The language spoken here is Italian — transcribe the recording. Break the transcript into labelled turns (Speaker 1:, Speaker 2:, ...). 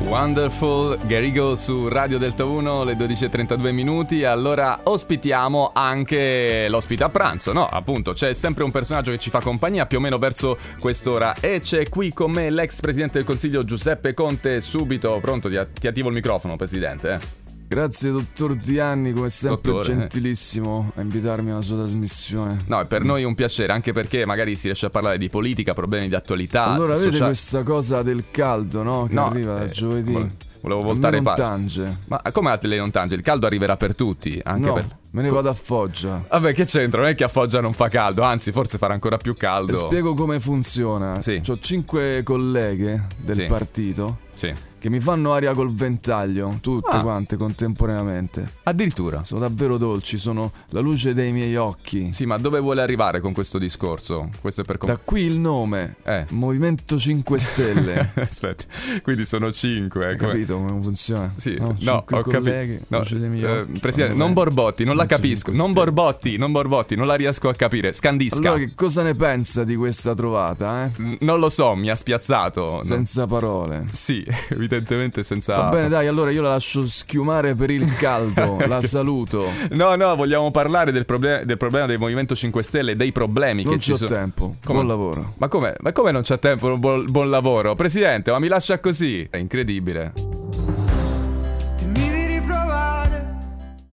Speaker 1: Wonderful, Garigo su Radio Delta 1, le 12.32 minuti. Allora ospitiamo anche l'ospite a pranzo, no? Appunto, c'è sempre un personaggio che ci fa compagnia più o meno verso quest'ora. E c'è qui con me l'ex presidente del consiglio Giuseppe Conte, subito pronto, ti, ti attivo il microfono, presidente. eh.
Speaker 2: Grazie dottor Dianni, come sempre
Speaker 1: Dottore. eh.
Speaker 2: gentilissimo a invitarmi alla sua trasmissione.
Speaker 1: No, è per noi un piacere, anche perché magari si riesce a parlare di politica, problemi di attualità.
Speaker 2: allora, vedi
Speaker 1: socia-
Speaker 2: questa cosa del caldo, no? Che
Speaker 1: No,
Speaker 2: arriva da
Speaker 1: eh,
Speaker 2: giovedì.
Speaker 1: vo- volevo
Speaker 2: A me
Speaker 1: voltare
Speaker 2: non
Speaker 1: pagina.
Speaker 2: tange.
Speaker 1: Ma come altri lei non tange? Il caldo arriverà per tutti, anche
Speaker 2: No,
Speaker 1: per...
Speaker 2: me ne vado a Foggia.
Speaker 1: Vabbè, che c'entra? Non è che a Foggia non fa caldo, anzi, forse farà ancora più
Speaker 2: Ti
Speaker 1: caldo.
Speaker 2: spiego come funziona.
Speaker 1: Sì.
Speaker 2: Ho cinque colleghe del
Speaker 1: Sì.
Speaker 2: partito
Speaker 1: Sì.
Speaker 2: che mi fanno aria col ventaglio, tutte
Speaker 1: Ah.
Speaker 2: quante contemporaneamente.
Speaker 1: Addirittura.
Speaker 2: Sono davvero dolci, sono la luce dei miei occhi.
Speaker 1: Sì, ma dove vuole arrivare con questo discorso? Questo è per com-
Speaker 2: Da qui il nome,
Speaker 1: Eh.
Speaker 2: Movimento 5 Stelle.
Speaker 1: Aspetta, quindi sono cinque. eh,
Speaker 2: Hai
Speaker 1: come-
Speaker 2: capito come funziona?
Speaker 1: Sì,
Speaker 2: no,
Speaker 1: no,
Speaker 2: cinque
Speaker 1: ho
Speaker 2: colleghi,
Speaker 1: capito. No,
Speaker 2: luce dei miei
Speaker 1: eh,
Speaker 2: occhi,
Speaker 1: Presidente,
Speaker 2: fanno
Speaker 1: non
Speaker 2: vento,
Speaker 1: Borbotti, non la
Speaker 2: vento
Speaker 1: capisco.
Speaker 2: cinque
Speaker 1: Non
Speaker 2: stelle.
Speaker 1: Borbotti, non Borbotti, non la riesco a capire. Scandisca.
Speaker 2: Allora, che cosa ne pensa di questa trovata, eh?
Speaker 1: N- Non lo so, mi ha spiazzato. No. Ah.
Speaker 2: Senza parole.
Speaker 1: Sì, evidentemente senza.
Speaker 2: Va bene, dai, allora io la lascio schiumare per il caldo. la saluto.
Speaker 1: No, no, vogliamo parlare del, proble- del problema del Movimento 5 Stelle, dei problemi
Speaker 2: Non
Speaker 1: che ci
Speaker 2: c'ho
Speaker 1: sono.
Speaker 2: tempo.
Speaker 1: Come?
Speaker 2: Buon lavoro.
Speaker 1: Ma come? Ma come non c'è tempo? Buon, buon lavoro, Presidente, ma mi lascia così? È incredibile.